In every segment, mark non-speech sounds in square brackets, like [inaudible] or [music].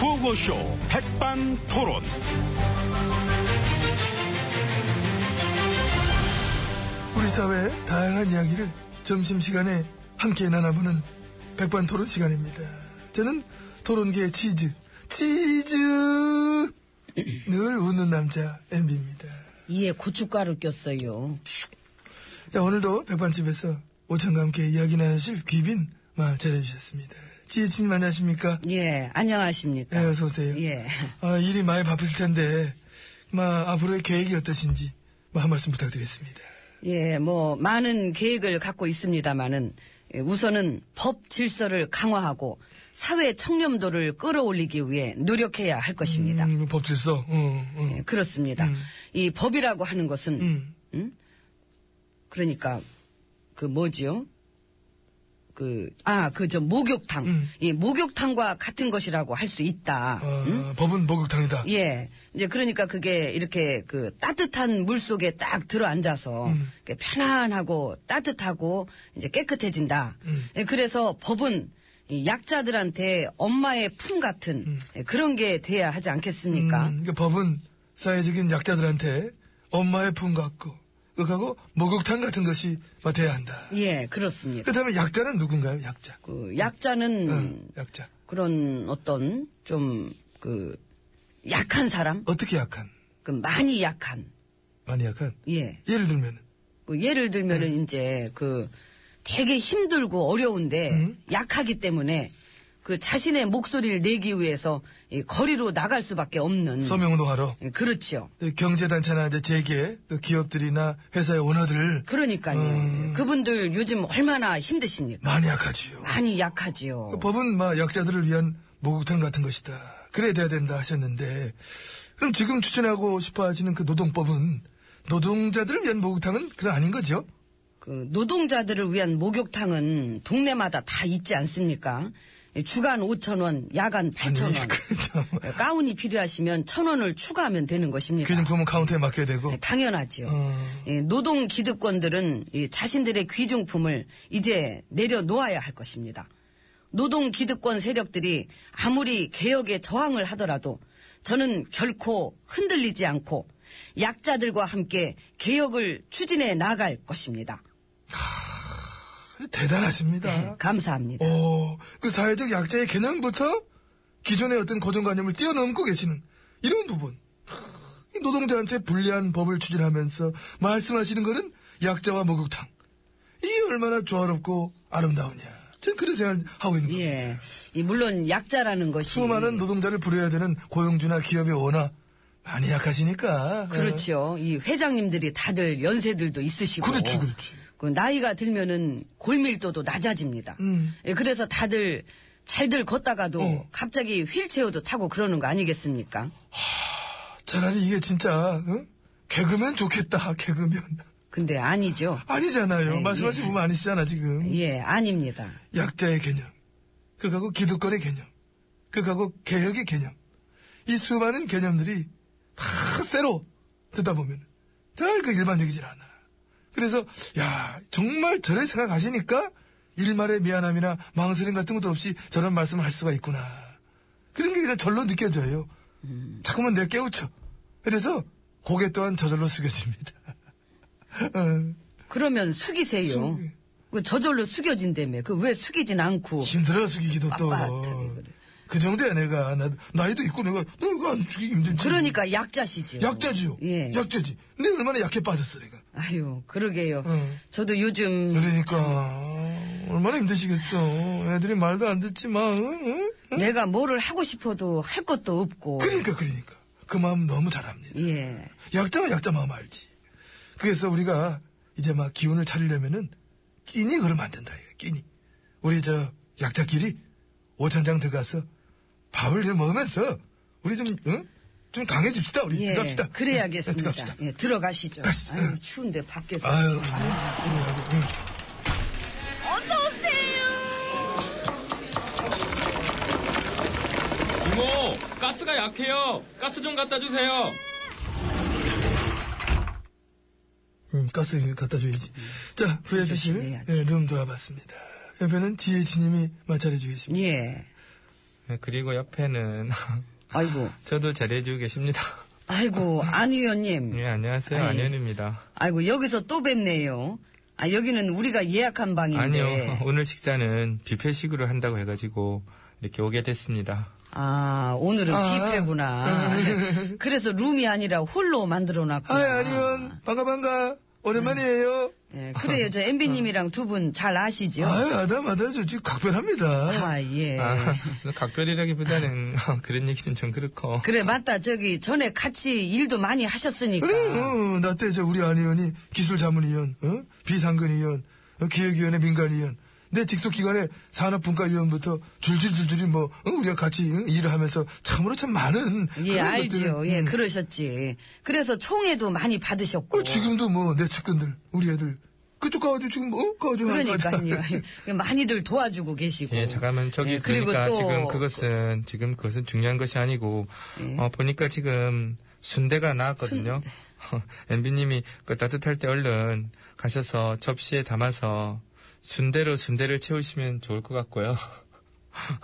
구호쇼 백반 토론. 우리 사회의 다양한 이야기를 점심시간에 함께 나눠보는 백반토론 시간입니다. 저는 토론계의 치즈, 치즈! 늘 웃는 남자, MB입니다. 이에 예, 고춧가루 꼈어요. 자, 오늘도 백반집에서 오천과 함께 이야기 나누실 귀빈, 마, 잘해주셨습니다. 치즈님 안녕하십니까? 예, 안녕하십니까. 예, 어서오세요. 예. 아, 일이 많이 바쁘실 텐데, 마, 앞으로의 계획이 어떠신지, 마, 한 말씀 부탁드리겠습니다. 예, 뭐, 많은 계획을 갖고 있습니다만은, 우선은 법 질서를 강화하고 사회 청렴도를 끌어올리기 위해 노력해야 할 것입니다. 음, 법질서, 어, 어. 예, 그렇습니다. 이 법이라고 하는 것은, 음. 응? 그러니까, 그 뭐지요? 그, 아, 그 저 목욕탕. 음. 이 목욕탕과 같은 것이라고 할 수 있다. 음? 아, 법은 목욕탕이다. 예. 이제 그러니까 그게 이렇게 그 따뜻한 물 속에 딱 들어앉아서 이렇게 편안하고 따뜻하고 이제 깨끗해진다. 예, 그래서 법은 이 약자들한테 엄마의 품 같은 예, 그런 게 돼야 하지 않겠습니까? 음, 그러니까 법은 사회적인 약자들한테 엄마의 품 같고 그하고 목욕탕 같은 것이 돼야 한다. 예, 그렇습니다. 그다음에 약자는 누군가요? 약자. 그 약자는 응, 약자. 그런 어떤 좀 그 약한 사람, 어떻게 약한? 그 많이 약한 많이 약한. 예. 예를 들면은 그 예를 들면은 이제 그 되게 힘들고 어려운데 약하기 때문에 그 자신의 목소리를 내기 위해서 이 거리로 나갈 수밖에 없는 서명운동하러 예, 그렇죠. 경제단체나 이제 재계 또 기업들이나 회사의 오너들 그러니까요. 그분들 요즘 얼마나 힘드십니까? 많이 약하지요. 많이 약하지요. 네. 그 법은 막 약자들을 위한 목욕탕 같은 것이다. 그래 돼야 된다 하셨는데 그럼 지금 추천하고 싶어하시는 그 노동법은 노동자들을 위한 목욕탕은 그건 아닌 거죠? 그 노동자들을 위한 목욕탕은 동네마다 다 있지 않습니까? 예, 주간 5천 원, 야간 8천 원. 예, 가운이 필요하시면 천 원을 추가하면 되는 것입니다. 귀중품은 그 카운터에 맡겨야 되고 네, 당연하죠. 어. 예, 노동 기득권들은 이 자신들의 귀중품을 이제 내려놓아야 할 것입니다. 노동 기득권 세력들이 아무리 개혁에 저항을 하더라도 저는 결코 흔들리지 않고 약자들과 함께 개혁을 추진해 나갈 것입니다. 대단하십니다. 네, 감사합니다. 오, 그 사회적 약자의 개념부터 기존의 어떤 고정관념을 뛰어넘고 계시는 이런 부분. 이 노동자한테 불리한 법을 추진하면서 말씀하시는 거는 약자와 목욕탕. 이게 얼마나 조화롭고 아름다우냐. 전 그런 생각하고 있는 겁니다. 예, 이 물론 약자라는 것이 수많은 노동자를 부려야 되는 고용주나 기업의 오너 많이 약하시니까. 그렇죠. 이 회장님들이 다들 연세들도 있으시고. 네. 그렇죠, 그렇지, 그렇지. 그 나이가 들면은 골밀도도 낮아집니다. 음. 예, 그래서 다들 잘들 걷다가도 어. 갑자기 휠체어도 타고 그러는 거 아니겠습니까? 차라리 이게 진짜 응? 개그맨 좋겠다. 개그맨. 근데 아니죠. 아니잖아요. 예, 말씀하신 예. 부분 아니시잖아, 지금. 예, 아닙니다. 약자의 개념. 그거하고 기득권의 개념. 그거하고 개혁의 개념. 이 수많은 개념들이 다 새로 듣다 보면 다 그 일반적이질 않아. 그래서, 야, 정말 저를 생각하시니까 일말의 미안함이나 망설임 같은 것도 없이 저런 말씀을 할 수가 있구나. 그런 게 그냥 절로 느껴져요. 자꾸만 내가 깨우쳐. 그래서 고개 또한 저절로 숙여집니다. 어, 그러면 숙이세요. 숙이. 예. 그 저절로 숙여진다며. 그 왜 숙이진 않고. 힘들어 숙이기도 또. 빳빳하게 그래. 그 정도야 내가 나, 나이도 있고 내가 너 이거 안 죽이기 힘들지 그러니까 약자시지요. 약자지요 예. 약자지 근데 얼마나 약해 빠졌어 내가 아유, 그러게요. 어. 저도 요즘 그러니까 얼마나 힘드시겠어 애들이 말도 안 듣지만 응? 응? 응? 내가 뭐를 하고 싶어도 할 것도 없고. 예? 그러니까 그러니까 그 마음 너무 잘 압니다 예. 약자가 약자 마음 알지 그래서 우리가 이제 막 기운을 차리려면은 끼니 그러면 안 된다 이거 끼니 우리 저 약자끼리 오천장 들어가서 밥을 좀 먹으면서 우리 좀 응? 좀 강해집시다 우리 예, 들어갑시다 응, 그래야겠습니다. 들어갑시다 예, 들어가시죠. 가시죠. 아유, 추운데 밖에서. 아유, 예. 이모, 뭐, 가스가 약해요. 가스 좀 갖다 주세요. 음, 가스 갖다 줘야지. 음. 자, VIP실 조심해야지. 예, 룸 돌아봤습니다. 옆에는 지혜진님이 마찰해 주겠습니다. 예. 네, 그리고 옆에는 [laughs] 아이고, 저도 잘해주고 계십니다. 아이고, 안 의원님. 예, 안녕하세요. 아이. 안현입니다. 아이고, 여기서 또 뵙네요. 아, 여기는 우리가 예약한 방인데. 아니요. 오늘 식사는 뷔페식으로 한다고 해가지고 이렇게 오게 됐습니다. 아, 오늘은 아. [laughs] 뷔페구나. 그래서 룸이 아니라 홀로 만들어 놨구나. 아, 아니면 반가 반가 오랜만이에요. 예, 그래요. 저 MB님이랑 두 분 잘 아시죠? 아유, 아다 마다 좋지 각별합니다. 아, 예. 아, 각별이라기보다는 아, 그러니까. 그런 얘기 는좀 그렇고. 그래, 맞다. 저기, 전에 같이 일도 많이 하셨으니까. 그래, 어, 나때 저 우리 안 의원이 기술자문위원, 어? 비상근위원, 어, 기획위원회 민간위원, 내 직속기관의 산업분과위원부터 줄줄줄줄이 뭐 어, 우리가 같이 어, 일을 하면서 참으로 참 많은 예, 그런 알지요. 것들을, 예, 음, 그러셨지. 그래서 총회도 많이 받으셨고. 어, 지금도 뭐 내 측근들, 우리 애들 그쪽 가가지고 지금 뭐 어, 가가지고 하는 거 그러니까요. [laughs] 예, 아니야? 많이들 도와주고 계시고. 예, 잠깐만 저기 예, 그리고 예. 그러니까 또 지금 그것은 지금 그것은 중요한 것이 아니고 어, 보니까 지금 순대가 나왔거든요. [laughs] 엠비님이 그 따뜻할 때 얼른 가셔서 접시에 담아서 순대로 순대를 채우시면 좋을 것 같고요. 음.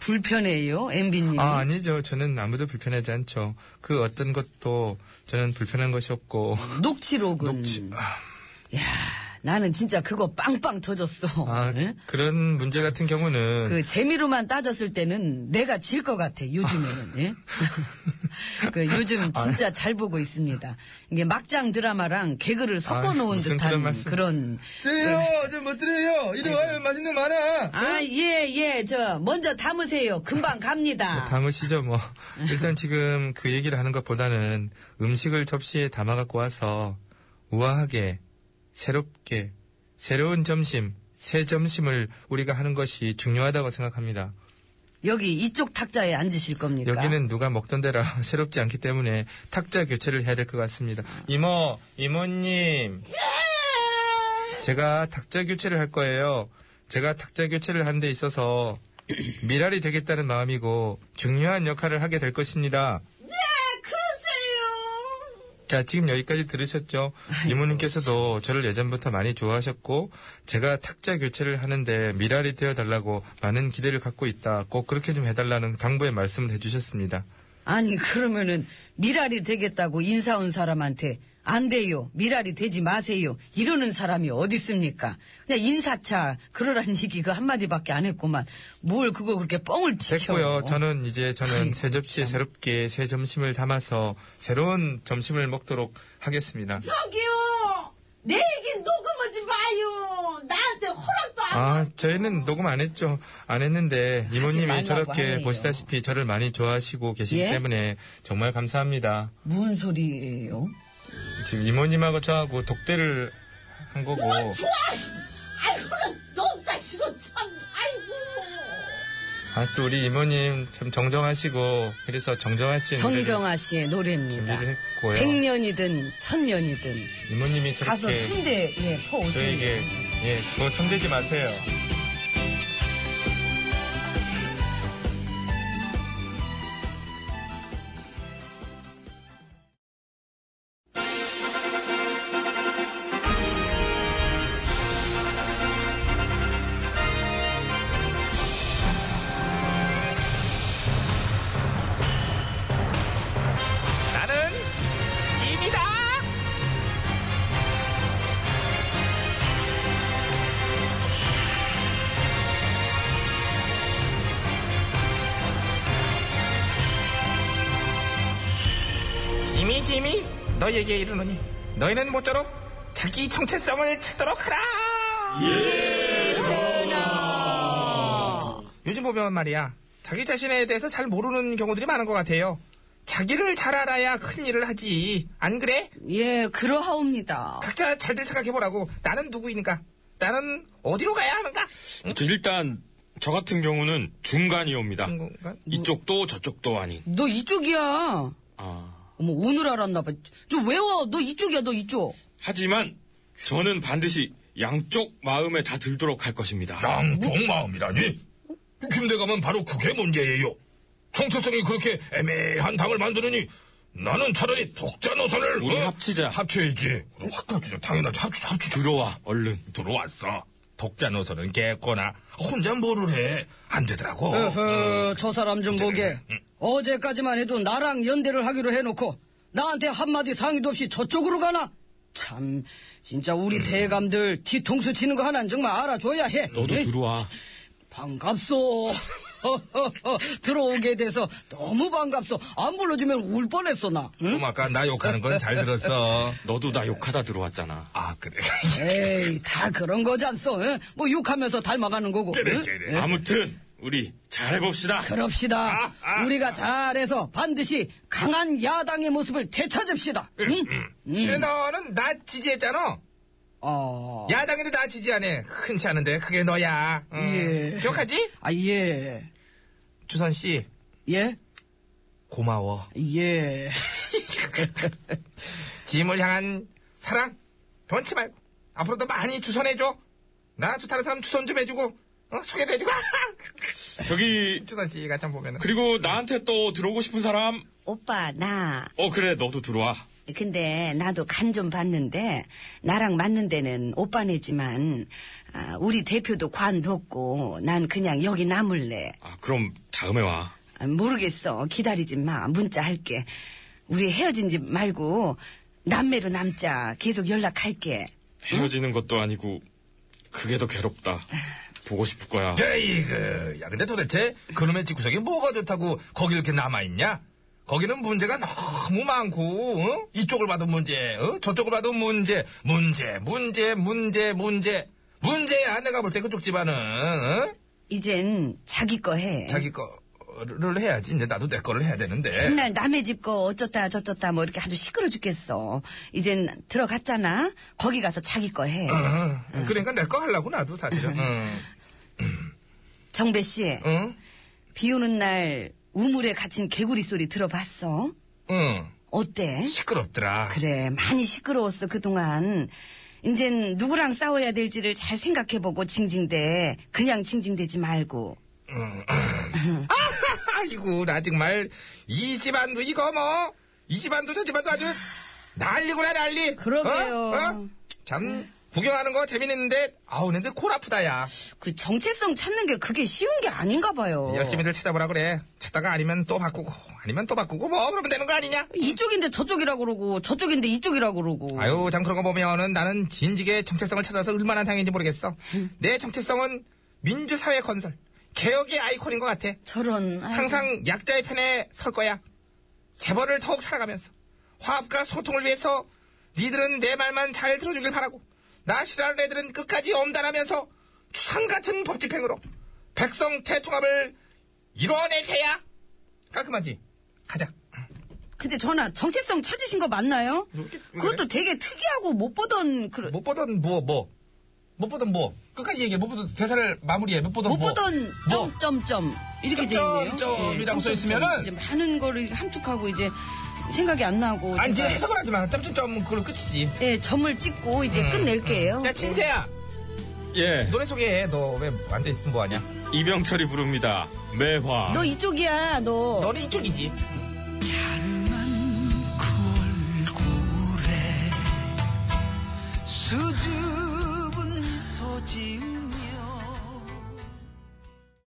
불편해요, MB님. 아 아니죠. 저는 아무도 불편하지 않죠. 그 어떤 것도 저는 불편한 것이 없고 녹취록은. 야, 나는 진짜 그거 빵빵 터졌어. 아 예? 그런 문제 같은 경우는 그 재미로만 따졌을 때는 내가 질 것 같아 요즘에는. [laughs] 예? 그 요즘 아. 진짜 잘 보고 있습니다. 이게 막장 드라마랑 개그를 섞어 놓은 아, 무슨 듯한 그런 그런. 말씀. 네. 저요, 저못 들어요. 네. 이리 와요, 맛있는 거 많아. 아, 예, 예, 저, 먼저 담으세요. 금방 갑니다. 담으시죠, 뭐. 음. 일단 지금 그 얘기를 하는 것보다는 음식을 접시에 담아갖고 와서 우아하게, 새롭게, 새로운 점심, 새 점심을 우리가 하는 것이 중요하다고 생각합니다. 여기 이쪽 탁자에 앉으실 겁니까? 여기는 누가 먹던 데라 [laughs] 새롭지 않기 때문에 탁자 교체를 해야 될 것 같습니다. 이모, 이모님. 제가 탁자 교체를 할 거예요. 제가 탁자 교체를 하는 데 있어서 미랄이 되겠다는 마음이고 중요한 역할을 하게 될 것입니다. 네, 그러세요. 자, 지금 [laughs] 여기까지 들으셨죠? 그렇죠. 이모님께서도 저를 예전부터 많이 좋아하셨고 제가 탁자 교체를 하는데 미랄이 되어 달라고 많은 기대를 갖고 있다. 꼭 그렇게 좀 해달라는 당부의 말씀을 해주셨습니다. 아니, 그러면은, 미랄이 되겠다고 인사 온 사람한테, 안 돼요. 미랄이 되지 마세요. 이러는 사람이 어딨습니까? 그냥 인사차, 그러란 [laughs] 얘기가 한마디밖에 안 했구만. 뭘 그거 그렇게 뻥을 치죠. 됐고요. 저는 이제 저는 아이고, 새 접시에 새롭게 새 점심을 담아서 새로운 점심을 먹도록 하겠습니다. 저기요 내 얘긴 녹음하지 마요 나한테 허락도 안 아, 저희는 녹음 안 했죠. 안 했는데 이모님이 말라고 저렇게 하네요. 보시다시피 저를 많이 좋아하시고 계시기 예? 때문에 정말 감사합니다. 뭔 소리예요? 지금 이모님하고 저하고 뭐 독대를 한 거고 아이고 너무 자식은 참 아이고 아, 또 우리 이모님 참 정정하시고 그래서 정정하신 정정아 씨의 노래입니다. 네, 준비를 했고요. 100년이든 1000년이든 이모님이 가서 저렇게 순대 예, 퍼오세요. 저에게 예, 그거 손대지 마세요. 나는 짐이다. 짐이 짐이 너에게 이르노니 너희는 모쪼록 자기 정체성을 찾도록 하라. 요즘 보면 말이야 자기 자신에 대해서 잘 모르는 경우들이 많은 것 같아요. 자기를 잘 알아야 큰 일을 하지. 안 그래? 예, 그러하옵니다. 각자 잘들 생각해보라고. 나는 누구이니까. 나는 어디로 가야 하는가? 저 일단 저 같은 경우는 중간이 옵니다. 중간? 이쪽도 저쪽도 아닌. 너 이쪽이야. 아. 어머, 오늘 알았나봐. 좀 외워. 너 이쪽이야, 너 이쪽. 하지만 저는 반드시 양쪽 마음에 다 들도록 할 것입니다. 아, 양쪽 마음이라니? 김대감은 바로 그게 문제예요. 정체성이 그렇게 애매한 당을 만드느니 나는 차라리 독자 노선을 어? 우리 합치자. 합쳐야지. 그럼 확 합치자. 당연하지. 합치자. 합치자. 들어와 얼른. 들어왔어. 독자 노선은 깼거나 혼자 뭐를 해. 안 되더라고. 어허, 저 사람 좀 보게. 어제까지만 해도 나랑 연대를 하기로 해놓고 나한테 한마디 상의도 없이 저쪽으로 가나? 참, 진짜 우리 대감들 뒤통수 치는 거 하나는 정말 알아줘야 해. 너도 예? 들어와. 반갑소. [laughs] 들어오게 돼서 너무 반갑소. 안 불러주면 울 뻔했어, 나. 음? 응? 좀 아까 나 욕하는 건 잘 들었어. 너도 나 욕하다 들어왔잖아. 아 그래. 에이, 다 그런 거잖소. 응? 뭐 욕하면서 닮아가는 거고. 그래 응? 그래. 아무튼 우리 잘해봅시다. 그럽시다. 우리가 잘해서 반드시 강한 야당의 모습을 되찾읍시다. 응? 음. 그래, 너는 예, 나 지지했잖아. 아, 야당인데 나 지지하네. 흔치 않은데 그게 너야. 음. 예. 기억하지? 아, 예. 주선 씨 예? 고마워. 예. 짐을 향한 사랑 변치 말고 앞으로도 많이 주선해줘. 나 좋다는 사람 주선 좀 해주고 어? 소개도 해주고. [laughs] 저기 주선 씨가 참 보면은 그리고 나한테 또 들어오고 싶은 사람 오빠, 나, 어 그래 너도 들어와. 근데 나도 간 좀 봤는데, 나랑 맞는 데는 오빠네지만, 아, 우리 대표도 관뒀고, 난 그냥 여기 남을래. 아 그럼 다음에 와. 아, 모르겠어. 기다리지 마. 문자 할게. 우리 헤어진 집 말고, 남매로 남자. 계속 연락할게. 헤어지는 것도 아니고 그게 더 괴롭다. 보고 싶을 거야. 에이그. 야 근데 도대체 그놈의 집구석이 뭐가 좋다고 거기 이렇게 남아 있냐? 거기는 문제가 너무 많고 어? 이쪽을 봐도 문제, 어? 저쪽을 봐도 문제, 문제, 문제, 문제, 문제, 문제야 내가 볼 때 그쪽 집안은 어? 이젠 자기 거 해. 자기 거를 해야지 이제 나도 내 거를 해야 음. 되는데. 맨날 남의 집 거 어쩌다 저쩌다 뭐 이렇게 아주 시끄러 죽겠어. 이젠 들어갔잖아. 거기 가서 자기 거 해. 어, 그러니까 내 거 하려고 나도 사실은. 음. 어. 응. 정배 씨. 응? 비 오는 날 우물에 갇힌 개구리 소리 들어봤어? 응. 어때? 시끄럽더라. 그래, 많이 시끄러웠어, 그동안. 이젠 누구랑 싸워야 될지를 잘 생각해보고 징징대. 그냥 징징대지 말고. [laughs] 아이고 나 정말 이 집안도 이거 뭐 이 집안도 저 집안도 아주 난리구나 난리. 그러게요. 어? 어? 참 구경하는 거 재밌는데 아우 근데 골 아프다야. 그 정체성 찾는 게 그게 쉬운 게 아닌가 봐요. 열심히들 찾아보라 그래. 찾다가 아니면 또 바꾸고 아니면 또 바꾸고 뭐 그러면 되는 거 아니냐? 이쪽인데 저쪽이라 그러고, 저쪽인데 이쪽이라 그러고. 아유, 참 그런 거 보면은 나는 진지게 정체성을 찾아서 얼마나 당했는지 모르겠어. 내 정체성은 민주사회 건설, 개혁의 아이콘인 것 같아. 저런. 아이고. 항상 약자의 편에 설 거야. 재벌을 더욱 살아가면서 화합과 소통을 위해서 니들은 내 말만 잘 들어주길 바라고 나 싫어하는 애들은 끝까지 엄단하면서 추상 같은 법 집행으로 백성 대통합을 이뤄낼 테야. 깔끔하지? 가자. 근데 전화 정체성 찾으신 거 맞나요? 그것도 되게 특이하고 못 보던 그런 못 보던 뭐, 뭐. 못 보던 뭐. 끝까지 얘기해. 못 보던 대사를 마무리해. 못 보던 못 뭐. 보던 뭐. 점점점 이렇게 돼 있네요. 점점점이라고 예, 써 있으면은- 이제 많은 거를 이렇게 함축하고 이제 생각이 안 나고 아니, 니 제가, 해석을 하지 마. 점점점 그걸로 끝이지. 예, 점을 찍고 이제 끝낼게요. 음, 야, 진세야. 예. 노래 소개해. 너 왜 앉아 있으면 뭐하냐? 이병철이 부릅니다. 매화. 너 이쪽이야, 너. 너는 이쪽이지. 아